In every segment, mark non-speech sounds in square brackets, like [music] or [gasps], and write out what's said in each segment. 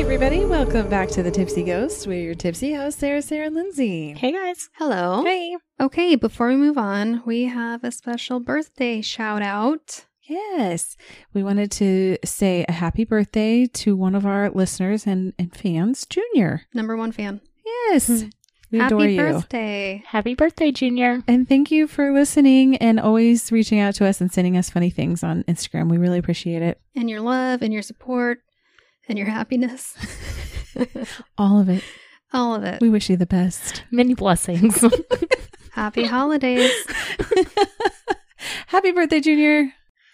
everybody. Welcome back to the Tipsy Ghost. We're your tipsy hosts, Sarah, Sarah, and Lindsay. Hey guys. Hello. Hey. Okay, before we move on, we have a special birthday shout out. Yes. We wanted to say a happy birthday to one of our listeners and, and fans, Junior. Number one fan. Yes. we adore Hmm. Happy you. birthday. Happy birthday, Junior. And thank you for listening and always reaching out to us and sending us funny things on Instagram. We really appreciate it. And your love and your support and [laughs] your happiness. All of it. All of it. We wish you the best. [laughs] Many [laughs] blessings. Happy holidays. Happy birthday, Junior.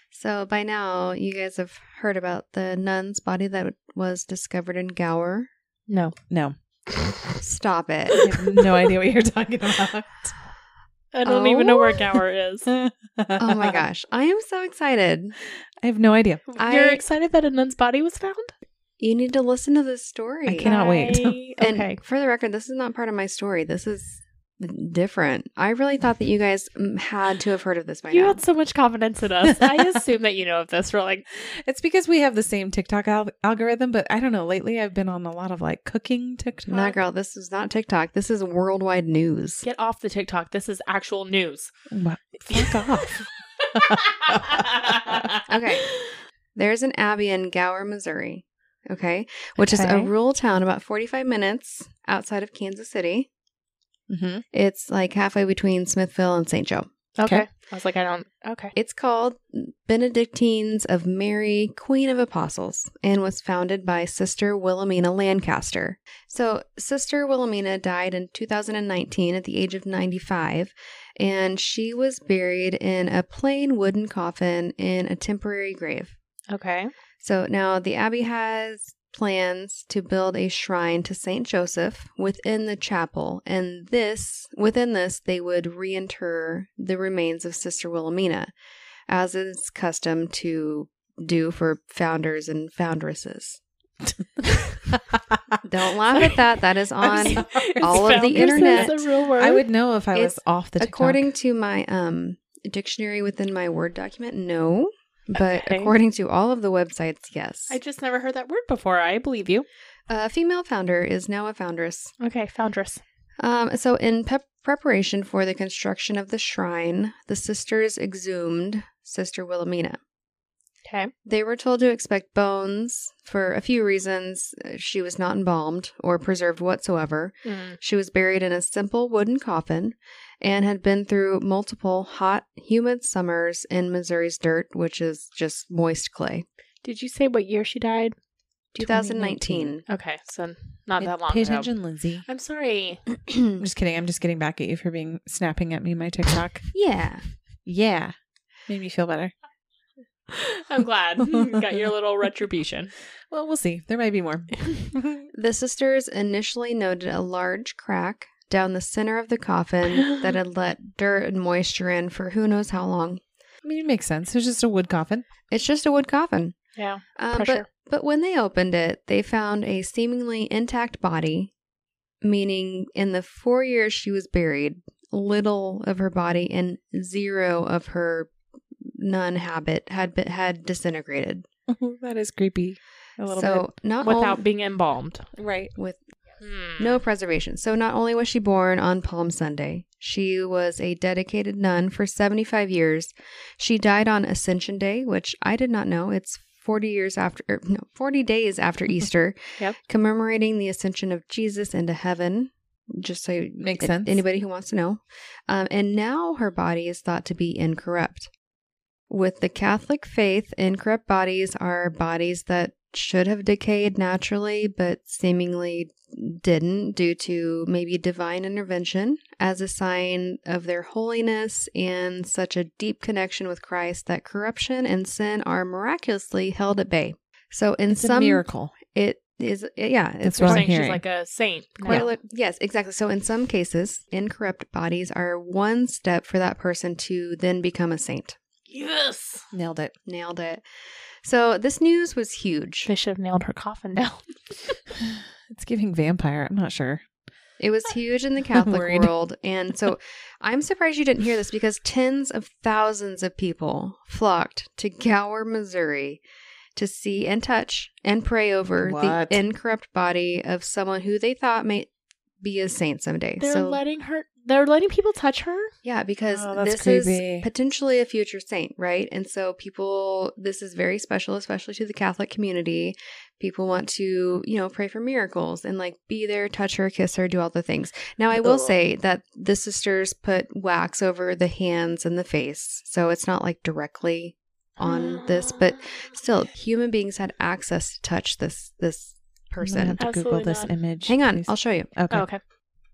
So by now, you guys have heard about the nun's body that was discovered in Gower. no. No, [laughs] Stop it. I have no idea what you're talking about. I don't even know where Gower [laughs] is. [laughs] Oh my gosh. I am so excited. I have no idea. I- You're excited that a nun's body was found? You need to listen to this story. I cannot wait. I- And okay. for the record, this is not part of my story. This is different. I really thought that you guys mm, had to have heard of this by You now. had so much confidence in us. I assume that you know of this. We're like, It's because we have the same TikTok al- algorithm, but I don't know. Lately, I've been on a lot of like cooking TikTok. Nah, girl, this is not TikTok. This is worldwide news. get off the TikTok. This is actual news. Wow. Fuck [laughs] off. Okay. There's an abbey in Gower, Missouri, okay, which is a Okay. rural town about 45 minutes outside of Kansas City. Mm-hmm. It's like halfway between Smithville and St. Joe. Okay. Okay. I was like, I don't. Okay. It's called Benedictines of Mary, Queen of Apostles, and was founded by Sister Wilhelmina Lancaster. So, Sister Wilhelmina died in 2019 at the age of 95, and she was buried in a plain wooden coffin in a temporary grave. [laughs] Okay. So now the abbey has plans to build a shrine to Saint Joseph within the chapel, and this within this they would reinter the remains of Sister Wilhelmina, as is custom to do for founders and foundresses. Don't laugh at that. That is [laughs] on. all of the internet. Is a real word. I would know if I was It's off the TikTok. According to my um dictionary within my Word document, no. But Okay. according to all of the websites, yes. I just never heard that word before. I believe you. A female founder is now a foundress. Okay, foundress. Um, so, in pep- preparation for the construction of the shrine, the sisters exhumed Sister Wilhelmina. Okay. They were told to expect bones for a few reasons. She was not embalmed or preserved whatsoever. Hmm. She was buried in a simple wooden coffin and had been through multiple hot, humid summers in Missouri's dirt, which is just moist clay. Did you say what year she died? 2019. Okay, so not that Pay- long Pay ago. attention, Lindsay. I'm sorry. I'm just kidding. I'm just getting back at you for being snapping at me my TikTok. [clears throat] [laughs] yeah. yeah. Made me feel better. I'm glad. Got your little retribution. Well, we'll see. There might be [laughs] more. The sisters initially noted a large crack down the center of the coffin that had let dirt and moisture in for who knows how long. I mean, it makes sense. It's just a wood coffin. [laughs] It's just a wood coffin. Yeah. Um, but, Pressure. but when they opened it, they found a seemingly intact body, meaning in the four years she was buried, little of her body and zero of her nun habit had been, had disintegrated. that is creepy. A little So not Without only- being embalmed. bit. Right. with Hmm. Mm. No preservation. So not only was she born on Palm Sunday, she was a dedicated nun for 75 years. She died on Ascension Day, which I did not know. It's 40 years after er, no, 40 [laughs] days after Easter, Yep. commemorating the ascension of Jesus into heaven. Just so you- Makes a- sense. anybody who wants to know. Um, and now her body is thought to be incorrupt. With the Catholic faith, incorrupt bodies are bodies that should have decayed naturally, but seemingly didn't due to maybe divine intervention as a sign of their holiness and such a deep connection with Christ that corruption and sin are miraculously held at bay. So, in It's some a miracle. it is yeah That's what I'm You're it's quite- saying she's hearing. like a saint. quite Yeah. a lit- yes exactly so in some cases incorrupt bodies are one step for that person to then become a saint Yes. Nailed it. nailed it so this news was huge They should have nailed her coffin down. [laughs] It's giving vampire. I'm not sure. it was huge [laughs] in the catholic worried. world and so i'm surprised you didn't hear this because tens of thousands of people flocked to gower missouri to see and touch and pray over What? the incorrupt body of someone who they thought may be a saint someday. They're so letting her. They're letting people touch her. yeah, because Oh, that's this creepy. is potentially a future saint, right? And so people this is very special especially to the Catholic community. People want to, you know, pray for miracles and like be there, touch her, kiss her, do all the things. Now I will Ugh. say that the sisters put wax over the hands and the face. So it's not like directly on Uh, this, [gasps] but still human beings had access to touch this this I'm gonna person have to Google Absolutely this not. image. hang on please. i'll show you okay. Oh, okay.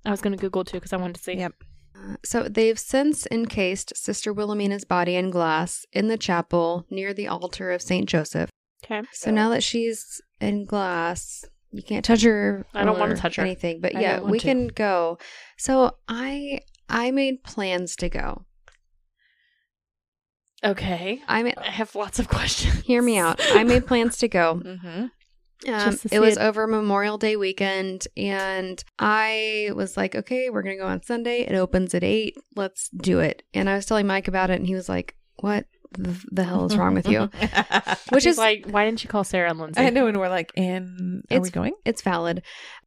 I was gonna Google too because I wanted to see. Yep. Uh, so they've since encased sister wilhelmina's body in glass in the chapel near the altar of saint joseph Okay. so now that she's in glass you can't touch her I don't or wanna touch her. anything but I yeah don't want we to. can go so i i made plans to go Okay. i made I have lots of [laughs] questions. hear me out [laughs] i made plans to go Mm-hmm. Um, Just to see it was it. over Memorial Day weekend, and I was like, okay, we're going to go on Sunday. It opens at eight. Let's do it. And I was telling Mike about it, and he was like, what the, the hell is [laughs] wrong with you? Which Which is, is like, why didn't you call Sarah and Lindsay? I know, and we're like, and are we It's- going? it's valid.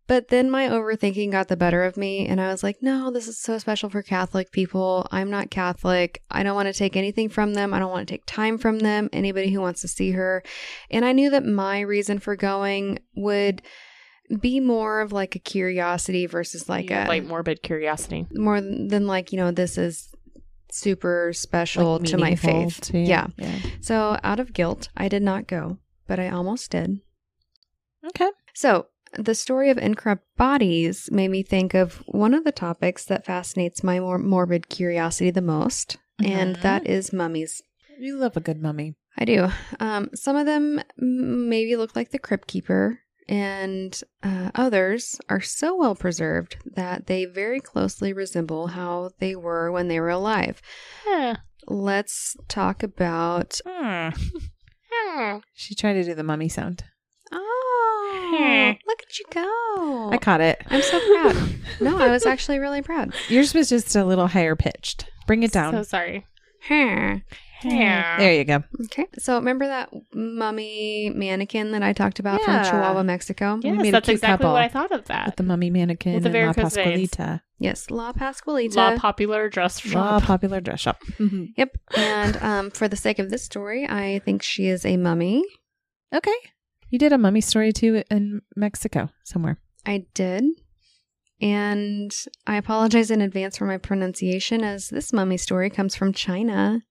But then my overthinking got the better of me, and I was like, no, this is so special for Catholic people. I'm not Catholic. I don't want to take anything from them. I don't want to take time from them, anybody who wants to see her. And I knew that my reason for going would be more of like a curiosity versus like uh, You have, a like morbid curiosity. more than than, like you know this is super special Like, to my meaningful faith to you. Yeah. yeah. so out of guilt i did not go but i almost did Okay. so the story of incorrupt bodies made me think of one of the topics that fascinates my mor- morbid curiosity the most and Mhm. that is mummies You love a good mummy. i do um, some of them m- maybe look like the crypt keeper and uh, others are so well preserved that they very closely resemble how they were when they were alive Yeah. let's talk about Hmm. She tried to do the mummy sound. oh look at you go I caught it. i'm so proud no i was actually really proud Yours was just a little higher pitched. Bring it So down. sorry. Huh. there you go. okay so remember that mummy mannequin that i talked about Yeah. from chihuahua mexico We made Yes, a that's cute exactly couple what I thought Uh, of With that. the mummy mannequin With the and La varicose veins. Pascualita. yes la pascualita La popular dress La shop. popular dress shop. Mhm. yep and um, for the sake of this story i think she is a mummy Okay. You did a mummy story too in Mexico somewhere. i did and i apologize in advance for my pronunciation as this mummy story comes from china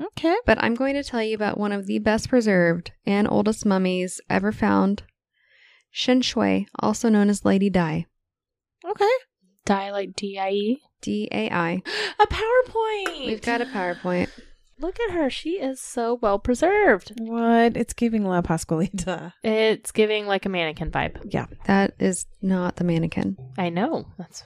Okay. but I'm going to tell you about one of the best preserved and oldest mummies ever found, Shen Shui, also known as Lady Dai. Okay. Die like D I E. D A I. A PowerPoint. We've got a PowerPoint. Look at her. She is so well preserved. What? It's giving La Pascualita. It's giving like a mannequin vibe. That is not the mannequin. I know. That's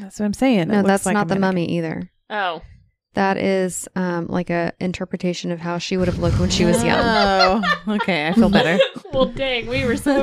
That's what I'm saying. It No, looks that's like a not the mannequin. mummy either. oh. [laughs] That is um, like a interpretation of how she would have looked when she was young. Oh, okay. I feel better. well, dang, we were so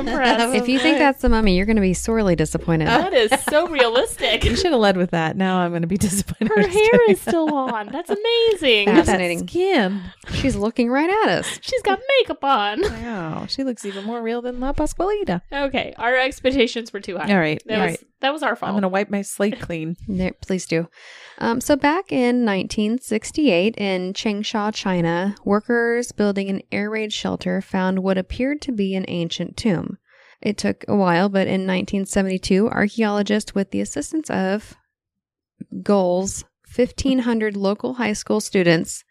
[laughs] impressed. If you think that's the mummy, you're going to be sorely disappointed. Ah. that is so realistic. You should have led with that. Now I'm going to be [laughs] disappointed. [laughs] Her I'm just hair kidding. is still on. That's amazing. Look at that Fascinating. skin. She's looking right at us. She's got makeup on. Wow, she looks even more real than La Pascualita. Okay, our expectations were too high. All right, That all was right. that was our fault. I'm gonna wipe my [laughs] slate clean. No, please do. Um, so back in 1968 in Changsha, China, workers building an air raid shelter found what appeared to be an ancient tomb. It took a while, but in 1972, archaeologists, with the assistance of goals, 1,500 local high school students,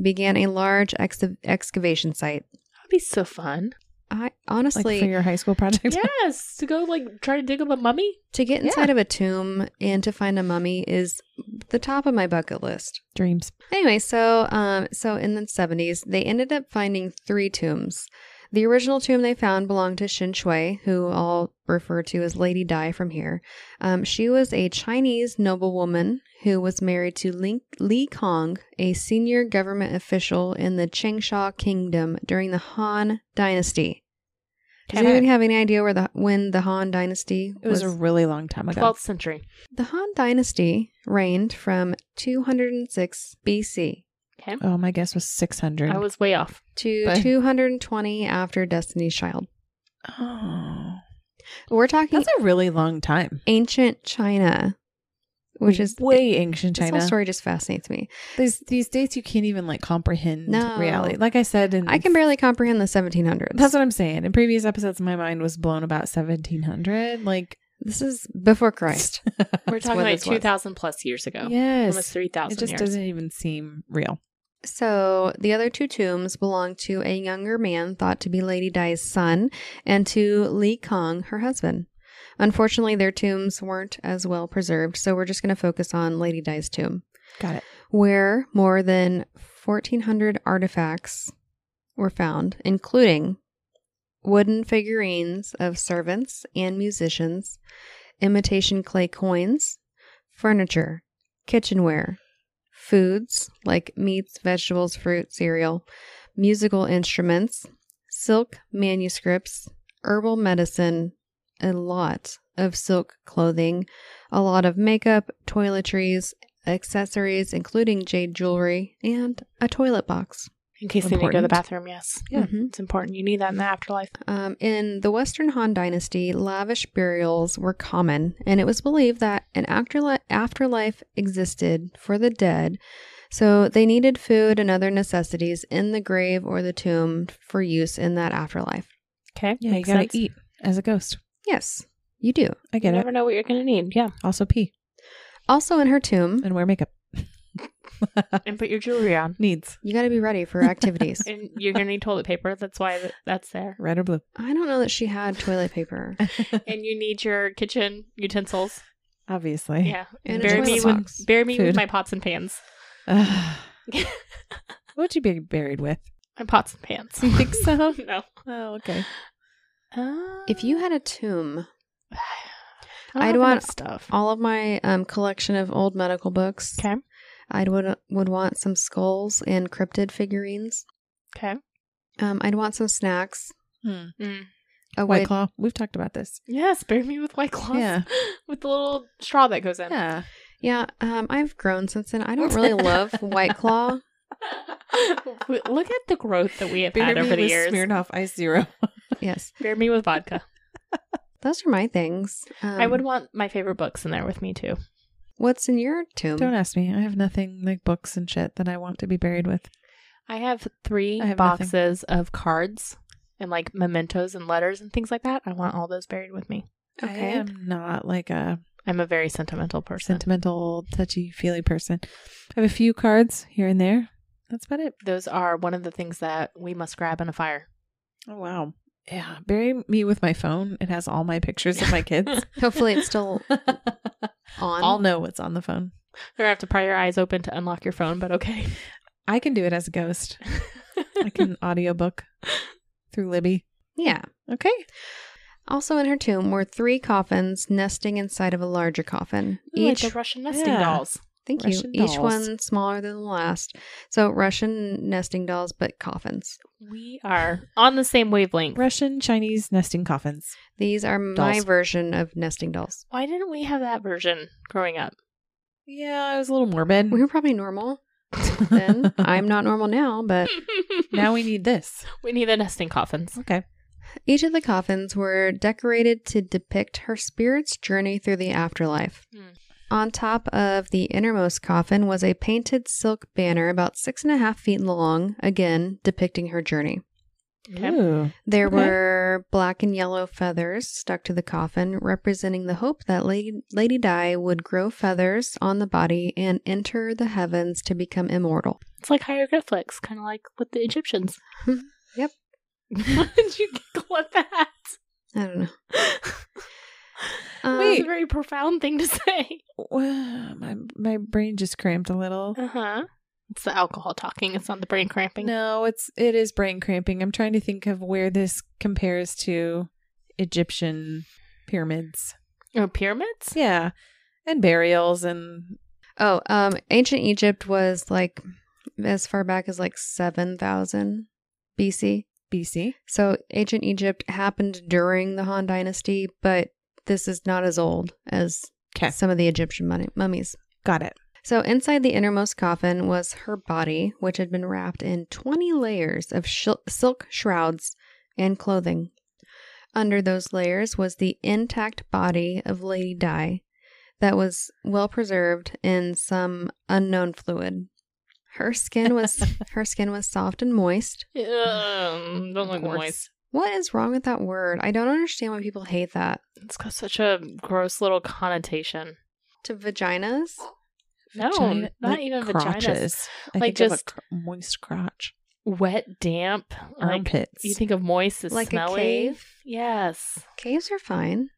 began a large ex- excavation site. That'd be so fun. I Like honestly, for your high school [laughs] project. yes, to go like try to dig up a mummy. to get inside of a tomb and to find a mummy is the top of my bucket list. Dreams. Anyway, so um, so in the seventies, they ended up finding three tombs. The original tomb they found belonged to Xin Shui, who I'll refer to as Lady Dai from here. Um, she was a Chinese noblewoman who was married to Ling- Li Kong, a senior government official in the Changsha Kingdom during the Han Dynasty. Does Okay. anyone have any idea where the when the Han Dynasty It was a really long time ago. 12th century. the Han Dynasty reigned from 206 BC Okay. Oh, my guess was 600. I was way off. to But- 220 after Destiny's Child. oh. We're talking That's a really long time. ancient China, which is way ancient This China. whole story just fascinates me. These these dates you can't even like comprehend No. reality. Like I said, in I can barely comprehend the 1700s. That's what I'm saying. In previous episodes, my mind was blown about 1700. Like this is before Christ. [laughs] We're That's talking when like this was. 2,000 plus years ago. Almost yes, it 3,000 just years. doesn't even seem real. So the other two tombs belong to a younger man thought to be Lady Dai's son and to Li Kong, her husband. Unfortunately, their tombs weren't as well preserved, so we're just going to focus on Lady Dai's tomb, Got it. where more than 1,400 artifacts were found, including wooden figurines of servants and musicians, imitation clay coins, furniture, kitchenware, foods like meats, vegetables, fruit, cereal, musical instruments, silk manuscripts, herbal medicine, a lot of silk clothing, a lot of makeup, toiletries, accessories, including jade jewelry, and a toilet box. In case they need to go to the Important. bathroom, yes. Yeah. Mhm. It's important. You need that in the afterlife. Um, in the Western Han Dynasty, lavish burials were common, and it was believed that an afterli- afterlife existed for the dead, so they needed food and other necessities in the grave or the tomb for use in that afterlife. Okay. Yeah, Makes you gotta sense. eat as a ghost. Yes, you do. I You get it. never know what you're going to need. Yeah. Also pee Also, in her tomb, and wear makeup. [laughs] And put your jewelry on. Needs you got to be ready [laughs] for activities. And you're going to need toilet paper. That's why th- that's [laughs] there. red or blue. I don't know that she had toilet paper. And you need your kitchen utensils. Obviously. Yeah. And a bury toilet me box. with bury me Food. with my pots and pans. [laughs] Ugh. what would you be buried with? My pots and pans. You think so? [laughs] no. oh, okay. Uh, If you had a tomb, I I'd don't want- want stuff. all of my um, collection of old medical books, Okay. I would would want some skulls and cryptid figurines. Okay. Um, I'd want some snacks. Mm. A White way- claw. We've talked about this. Yes, bury me with white claws. Yeah. [laughs] with the little straw that goes in. [laughs] Yeah, um, I've grown since then. I don't really love White Claw. We- Look at the growth that we have Bury had me over the with years. Smirnoff Ice Zero. Yes, Bury me [laughs] with vodka. those are my things. Um, I would want my favorite books in there with me too. What's in your Um, tomb? Don't ask me. I have nothing like books and shit that I want to be buried with. I have three I have nothing. boxes of cards and like mementos and letters and things like that. I want all those buried with me. I Okay. am not like a I'm a very sentimental person. sentimental, touchy, feely person. I have a few cards here and there. That's about it. those are one of the things that we must grab in a fire. Oh wow. Yeah. Bury me with my phone. It has all my pictures of my [laughs] kids. Hopefully, it's still on. I'll know what's on the phone. You're gonna have to pry your eyes open to unlock your phone, but okay. [laughs] I can do it as a ghost. I [laughs] can audiobook through Libby. yeah. Okay. Also in her tomb were three coffins nesting inside of a larger coffin. Like Each, the Russian nesting yeah. dolls. thank you. Russian dolls. Each one smaller than the last. So Russian nesting dolls, but coffins. We are on the same wavelength. Russian Chinese nesting coffins. These are my Dolls. version of nesting dolls. Why didn't we have that version growing up? Yeah, it was a little morbid. [laughs] We were probably normal then. I'm not normal now, but now we need this. we need the nesting coffins. Okay. Each of the coffins were decorated to depict her spirit's journey through the afterlife. Mm. Hmm. On top of the innermost coffin was a painted silk banner about six and a half feet long, again depicting her journey. Okay. Ooh. There Okay. were black and yellow feathers stuck to the coffin, representing the hope that Lady, Lady Di would grow feathers on the body and enter the heavens to become immortal. It's like hieroglyphics, kind of like with [laughs] the Egyptians. Yep. Why [laughs] did you giggle at that? I don't know. Um, That Uh, was a very profound thing to [laughs] say. Wow, my my brain just cramped a little. Uh huh. It's the alcohol talking. It's not the brain cramping. Uh-huh. No, it's it is brain cramping. I'm trying to think of where this compares to Egyptian pyramids. Or Oh, pyramids. Yeah. And burials and Oh, um, ancient Egypt was like as far back as like 7,000 BC. BC. So ancient Egypt happened during the Han Dynasty, but this is not as old as 'Kay. some of the Egyptian mummy- mummies. Got it. So, inside the innermost coffin was her body, which had been wrapped in 20 layers of shil- silk shrouds and clothing. Under those layers was the intact body of Lady Di that was well preserved in some unknown fluid. Her skin [laughs] was her skin was soft and moist. Um, Of don't look course. moist. What is wrong with that word? I don't understand why people hate that. It's got such a gross little connotation. To vaginas? No, Vagina- not like even vaginas. crotches. I Like think of a just- cr- moist crotch, Wet, damp. Like, armpits, you think of moist as Like a smelly? cave? Yes. Mm-hmm. Caves are fine.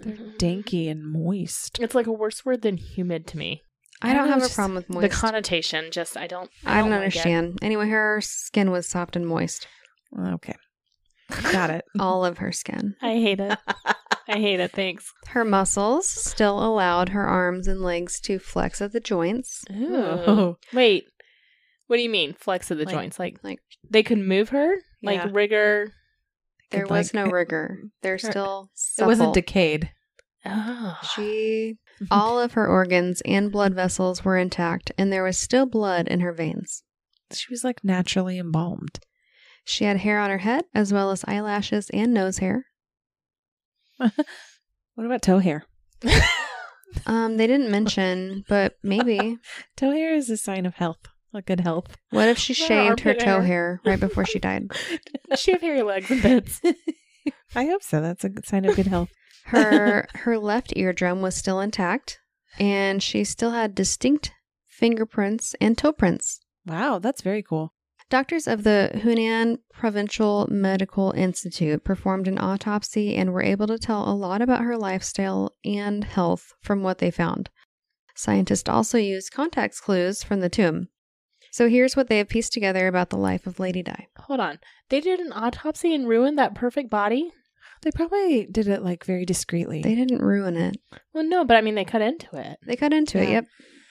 danky and moist. It's like a worse word than humid to me. I, I don't don't have know, a just problem with moist. The connotation, just I don't. I don't like it. understand. Anyway, her skin was soft and moist. Okay, got [laughs] it. All of her skin. I hate it. I hate it. Thanks. Her muscles still allowed her arms and legs to flex at the joints. Ooh. Wait. What do you mean flex of the Like- joints? Like, like- they could move her? Like Yeah. rigor? There Could, was like, no rigor. They're still It supple. wasn't [laughs] decayed. Oh. she all of her organs and blood vessels were intact and there was still blood in her veins. She was like naturally embalmed. She had hair on her head as well as eyelashes and nose hair. What about toe hair? Um they didn't mention, but maybe Toe hair is a sign of health, a good [laughs] health. what if she Her shaved her armpit toe hair. hair right before she died? [laughs] she have hairy legs and bits. [laughs] I hope so. That's a good sign of good health. [laughs] Her her left eardrum was still intact, and she still had distinct fingerprints and toe prints. Wow, that's very cool. Doctors of the Hunan Provincial Medical Institute performed an autopsy and were able to tell a lot about her lifestyle and health from what they found. Scientists also used context clues from the tomb. So here's what they have pieced together about the life of Lady Di. Hold on. They did an autopsy and ruined that perfect body? They probably did it like very discreetly. They didn't ruin it. Well, no, but I mean, they cut into it. They cut into it. Yeah. Yep.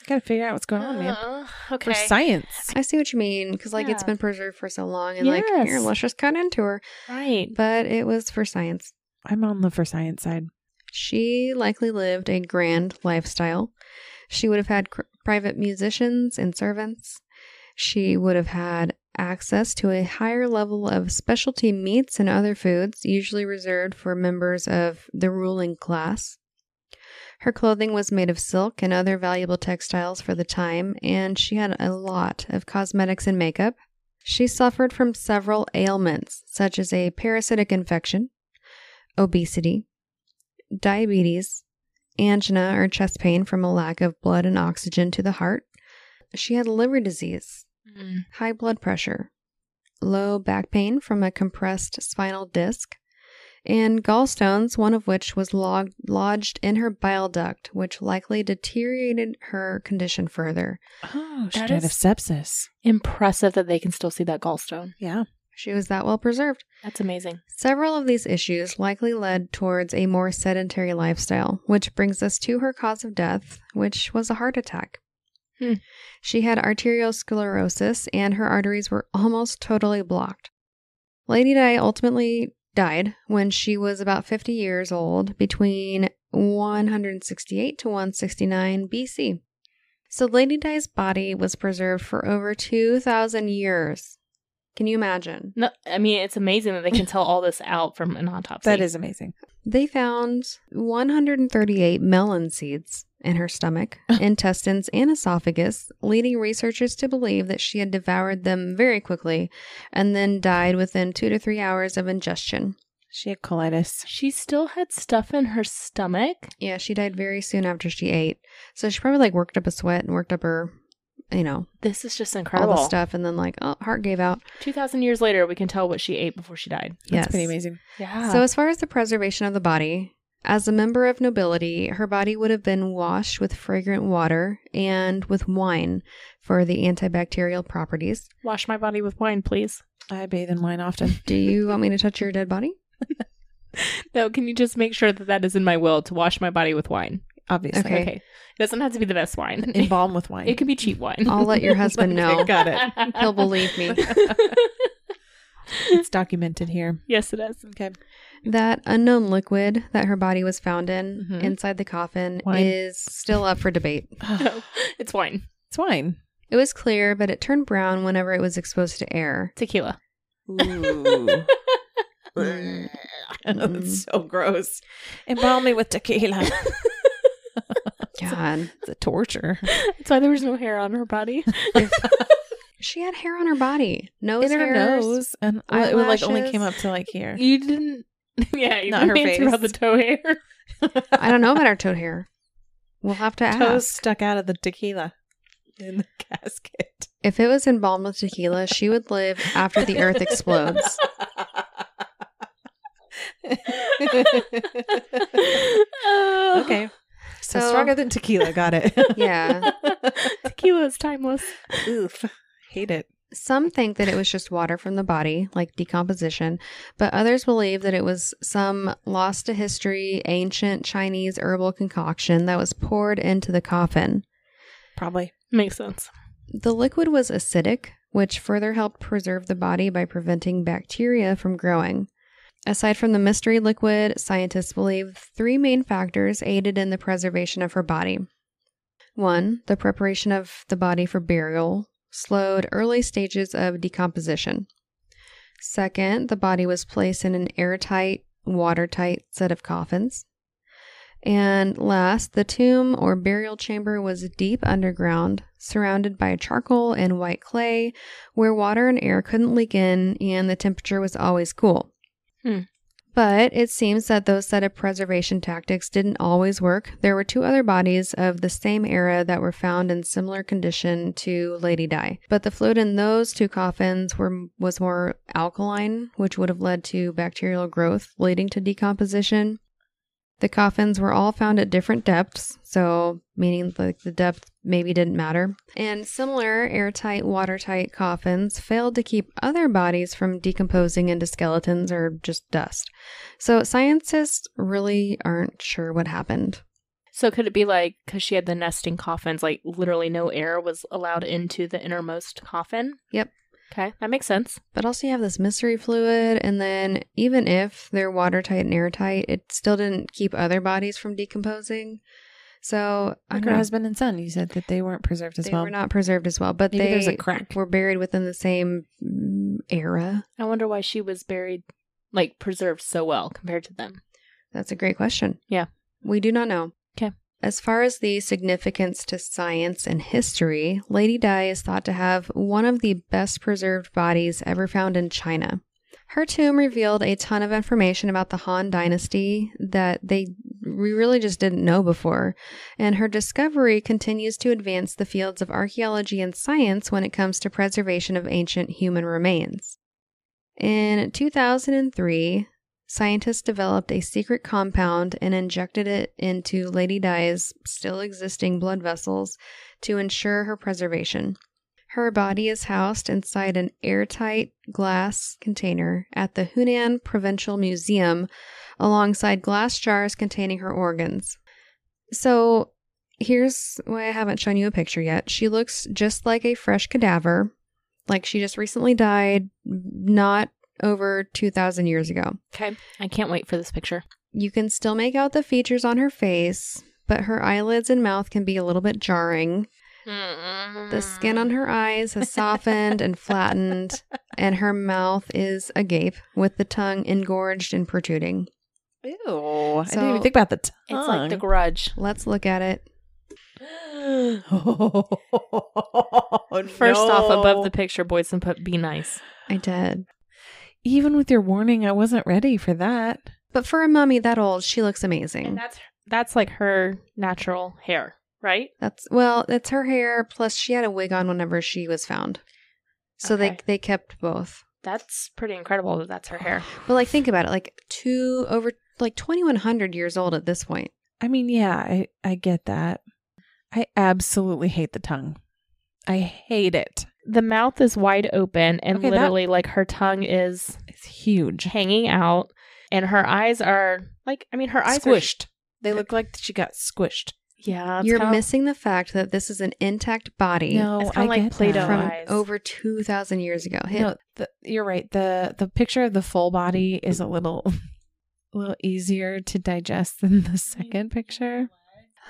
Gotta figure out what's going on, man. Uh, For okay. science. I see what you mean because like it's Yeah. been preserved for so long and like Yes. here let's just cut into her. right. But it was for science. I'm on the for science side. She likely lived a grand lifestyle. She would have had cr- private musicians and servants. She would have had access to a higher level of specialty meats and other foods, usually reserved for members of the ruling class. Her clothing was made of silk and other valuable textiles for the time, and she had a lot of cosmetics and makeup. She suffered from several ailments, such as a parasitic infection, obesity, diabetes, angina or chest pain from a lack of blood and oxygen to the heart. She had liver disease, Mm. high blood pressure, low back pain from a compressed spinal disc, and gallstones, one of which was log- lodged in her bile duct, which likely deteriorated her condition further. Oh, she That died of is- sepsis. Impressive that they can still see that gallstone. Yeah. She was that well preserved. That's amazing. Several of these issues likely led towards a more sedentary lifestyle, which brings us to her cause of death, which was a heart attack. Hmm. She had arteriosclerosis and her arteries were almost totally blocked. Lady Di ultimately died when she was about 50 years old, between 168 to 169 BC. So Lady Di's body was preserved for over 2,000 years. Can you imagine? No, I mean, it's amazing that they can tell all this out from an autopsy. That is amazing. They found 138 melon seeds in her stomach, intestines, and esophagus, leading researchers to believe that she had devoured them very quickly and then died within two to three hours of ingestion. She had colitis. She still had stuff in her stomach. Yeah, she died very soon after she ate. So she probably like worked up a sweat and worked up her, you know, This is just all incredible. the stuff, and then like, oh, heart gave out. 2,000 years later, we can tell what she ate before she died. That's yes. pretty amazing. Yeah. So, as far as the preservation of the body, as a member of nobility, her body would have been washed with fragrant water and with wine for the antibacterial properties. wash my body with wine, please. I bathe in wine often. Do you want me to touch your dead body? [laughs] No, can you just make sure that that is in my will to wash my body with wine? Obviously. Okay. It doesn't have to be the best wine. [laughs] Embalm with wine. [laughs] it could be cheap wine. [laughs] I'll let your husband know. Got it. He'll believe me. It's documented here. yes, it is. Okay. That unknown liquid that her body was found in Mhm. inside the coffin Wine. is still up for debate. Ugh, it's wine. it's wine. It was clear, but it turned brown whenever it was exposed to air. Tequila. [laughs] Ooh. Mm-hmm. Mm. That's so gross. Embalm me with tequila. [laughs] God. It's a [laughs] torture. That's why there was no hair on her body. She had hair on her body. Nose In her hairs. nose, and I, it like only came up eyelashes. to like here. You didn't. [laughs] Yeah, you Not didn't her answer about the face. [laughs] toe hair. [laughs] I don't know about her toad hair. We'll have to Toes ask. stuck out of the tequila in the [laughs] casket. If it was embalmed with tequila, she would live after the earth explodes. Oh. okay, so, So- stronger than tequila. Got it. [laughs] Yeah. Tequila is timeless. Oof. Hate it. Some think that it was just water from the body, like decomposition, but others believe that it was some lost to history ancient Chinese herbal concoction that was poured into the coffin. Probably. Makes sense. The liquid was acidic, which further helped preserve the body by preventing bacteria from growing. Aside from the mystery liquid, scientists believe three main factors aided in the preservation of her body. One, the preparation of the body for burial slowed early stages of decomposition. Second, the body was placed in an airtight, watertight set of coffins. And last, the tomb or burial chamber was deep underground, surrounded by charcoal and white clay, where water and air couldn't leak in and the temperature was always cool. Hmm. But it seems that those set of preservation tactics didn't always work. There were two other bodies of the same era that were found in similar condition to Lady Di, but the fluid in those two coffins were was more alkaline, which would have led to bacterial growth, leading to decomposition. The coffins were all found at different depths, so meaning like the depth maybe didn't matter. And similar airtight, watertight coffins failed to keep other bodies from decomposing into skeletons or just dust. So scientists really aren't sure what happened. So could it be like because she had the nesting coffins, like literally no air was allowed into the innermost coffin? Yep. Okay, that makes sense. But also, you have this mystery fluid, and then even if they're watertight and airtight, it still didn't keep other bodies from decomposing. So I Like don't her know. husband and son, you said that they weren't preserved as they well. were not preserved as well, but Maybe they there's a crack. were buried within the same mm, era. I wonder why she was buried, like preserved so well compared to them. That's a great question. Yeah. We do not know. 'Kay. As far as the significance to science and history, Lady Di is thought to have one of the best preserved bodies ever found in China. Her tomb revealed a ton of information about the Han Dynasty that they we really just didn't know before, and her discovery continues to advance the fields of archaeology and science when it comes to preservation of ancient human remains. In 2003, Scientists developed a secret compound and injected it into Lady Di's still existing blood vessels to ensure her preservation. Her body is housed inside an airtight glass container at the Hunan Provincial Museum alongside glass jars containing her organs. So, here's why I haven't shown you a picture yet. She looks just like a fresh cadaver, like she just recently died, not over 2,000 years ago. Okay, I can't wait for this picture. You can still make out the features on her face, but her eyelids and mouth can be a little bit jarring. The skin Mm. on her eyes has softened and flattened, and her mouth is agape with the tongue engorged and protruding. Ew. I didn't So- even think about the tongue. It's [laughs] like the grudge. Let's look at it. First off, above no. the picture, boys and put be nice. I did. Even with your warning, I wasn't ready for that. But for a mummy that old, she looks amazing. And that's that's like her natural hair, right? That's well, that's her hair plus she had a wig on whenever she was found. So Okay. they they kept both. That's pretty incredible that that's her hair. But like think about it, like two over like 2100 years old at this point. I mean, yeah, I, I get that. I absolutely hate the tongue. I hate it. The mouth is wide open and Okay, that- literally like her tongue is It's huge. hanging out and her eyes are like I mean her eyes are squished. they look like she got squished. Yeah, it's You're kinda- missing the fact that this is an intact body No, It's I kinda like get that. Play-Doh from eyes. over 2,000 years ago. Hit- No, the, you're right. the The picture of the full body is a little, [laughs] a little easier to digest than the second picture.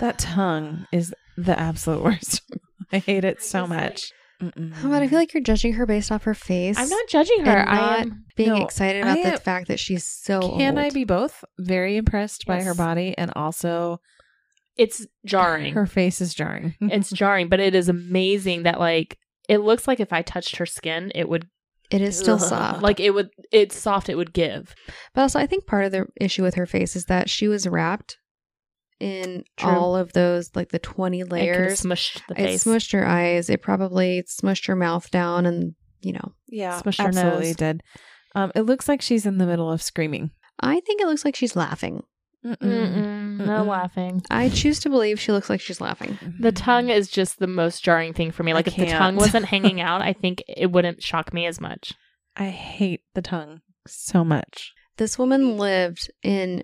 That tongue is the absolute [laughs] worst. I hate it so much. Oh, but I feel like you're judging her based off her face. I'm not judging her. And I not am. being No, excited about I the am- fact that she's so can I old. be both? Very impressed by her Yes. body, and also It's jarring. her face is jarring. [laughs] it's jarring, but it is amazing that like it looks like if I touched her skin, it would It is still Ugh. soft. Like it would, it's soft. It would give. But also, I think part of the issue with her face is that she was wrapped in True. all of those, like the 20 It could've layers. smushed the It face. smushed her eyes. It probably smushed her mouth down and, you know. yeah, Smushed her absolutely nose. did. Um, it looks like she's in the middle of screaming. I think it looks like she's laughing. Mm-mm, no Mm-mm. laughing. I choose to believe she looks like she's laughing. The Mm-hmm. tongue is just the most jarring thing for me. I Like if the can't. tongue wasn't [laughs] hanging out, I think it wouldn't shock me as much. I hate the tongue so much. This woman lived in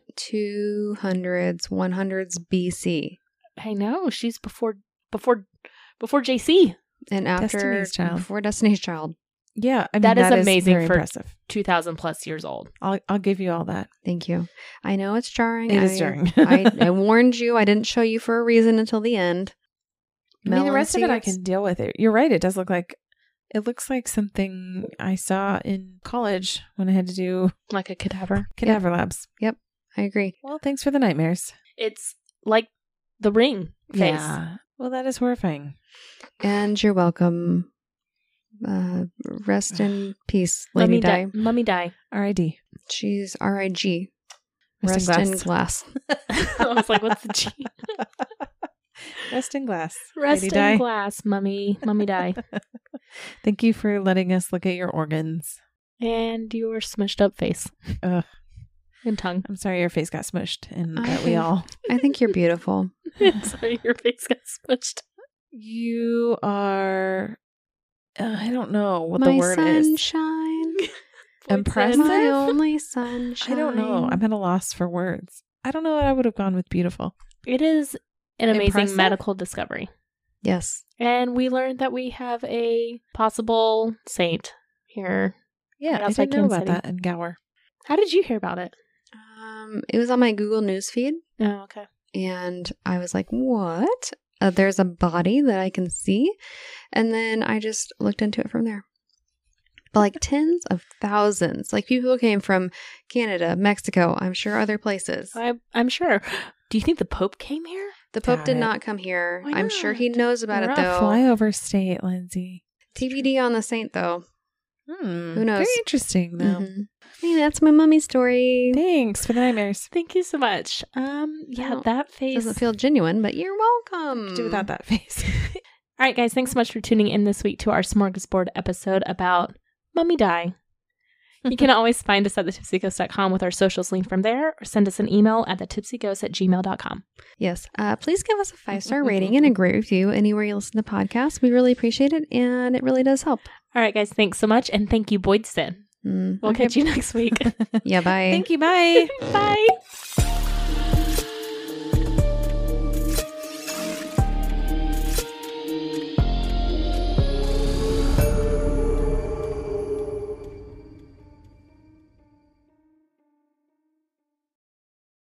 200s, 100s BC. I know she's before before before JC And after Destiny's Child. before Destiny's Child. Yeah, I mean, That is amazing very for- impressive. two thousand plus years old. I'll I'll give you all that. Thank you. I know it's jarring. It I, is [laughs] jarring. I, I warned you. I didn't show you for a reason until the end. I mean, the Melon rest of it I seeds. can deal with. It. You're right. It does look like it looks like something I saw in college when I had to do Like a cadaver. cadaver labs. I agree. Well, thanks for the nightmares. It's like the ring face. Well, that is horrifying. And you're welcome. Uh, [sighs] rest in peace, Lady Mummy Di. die. Mummy die. R.I.D. She's R.I.G. Rest Rest in in glass. [laughs] I was like, what's the G? Rest in glass. [laughs] Rest Lady in Di. glass, mummy, mummy die. [laughs] Thank you for letting us look at your organs. and your smushed up face. Ugh. [laughs] And tongue. [laughs] I'm sorry your face got smushed and I that we all. I think you're beautiful. Sorry, your face got smushed. You are. Uh, I don't know [laughs] what my the word is. [laughs] sunshine. Impressive? My only [laughs] sunshine. I don't know. I'm at a loss for words. I don't know. I would have gone with beautiful. It is an amazing Impressive? medical discovery. yes. And we learned that we have a possible saint here. Yeah, I Outside didn't know Kansas about City. that in Gower. How did you hear about it? Um, it was on my Google News feed, Oh, okay. and I was like, "What? Uh, there's a body that I can see," and then I just looked into it from there. But like tens of thousands, like people came from Canada, Mexico, I'm sure other places. I, I'm sure. Do you think the Pope came here? The Pope Doubt did it. not come here. Why I'm sure he not? knows about We're it a though. flyover state, Lindsay. TBD on the saint though. Hmm. Who knows? Very interesting, though. Mhm. Hey, that's my mummy story. Thanks for the [laughs] nightmares. Thank you so much. Um, yeah, don't- that face. Doesn't feel Hmm. genuine, but you're welcome. Do without that face. [laughs] All right, guys, thanks so much for tuning in this week to our smorgasbord episode about Mummy Die. You [laughs] can always find us at thetipsyghost.com with our socials linked from there, or send us an email at thetipsyghost at gmail.com. Yes. Uh, please give us a five star rating and a great review anywhere you listen to podcasts. We really appreciate it, and it really does help. All right, guys, thanks so much, and thank you, Boydston. Mm. [laughs] We'll catch you next week. Yeah. Bye. Thank you. Bye. Bye.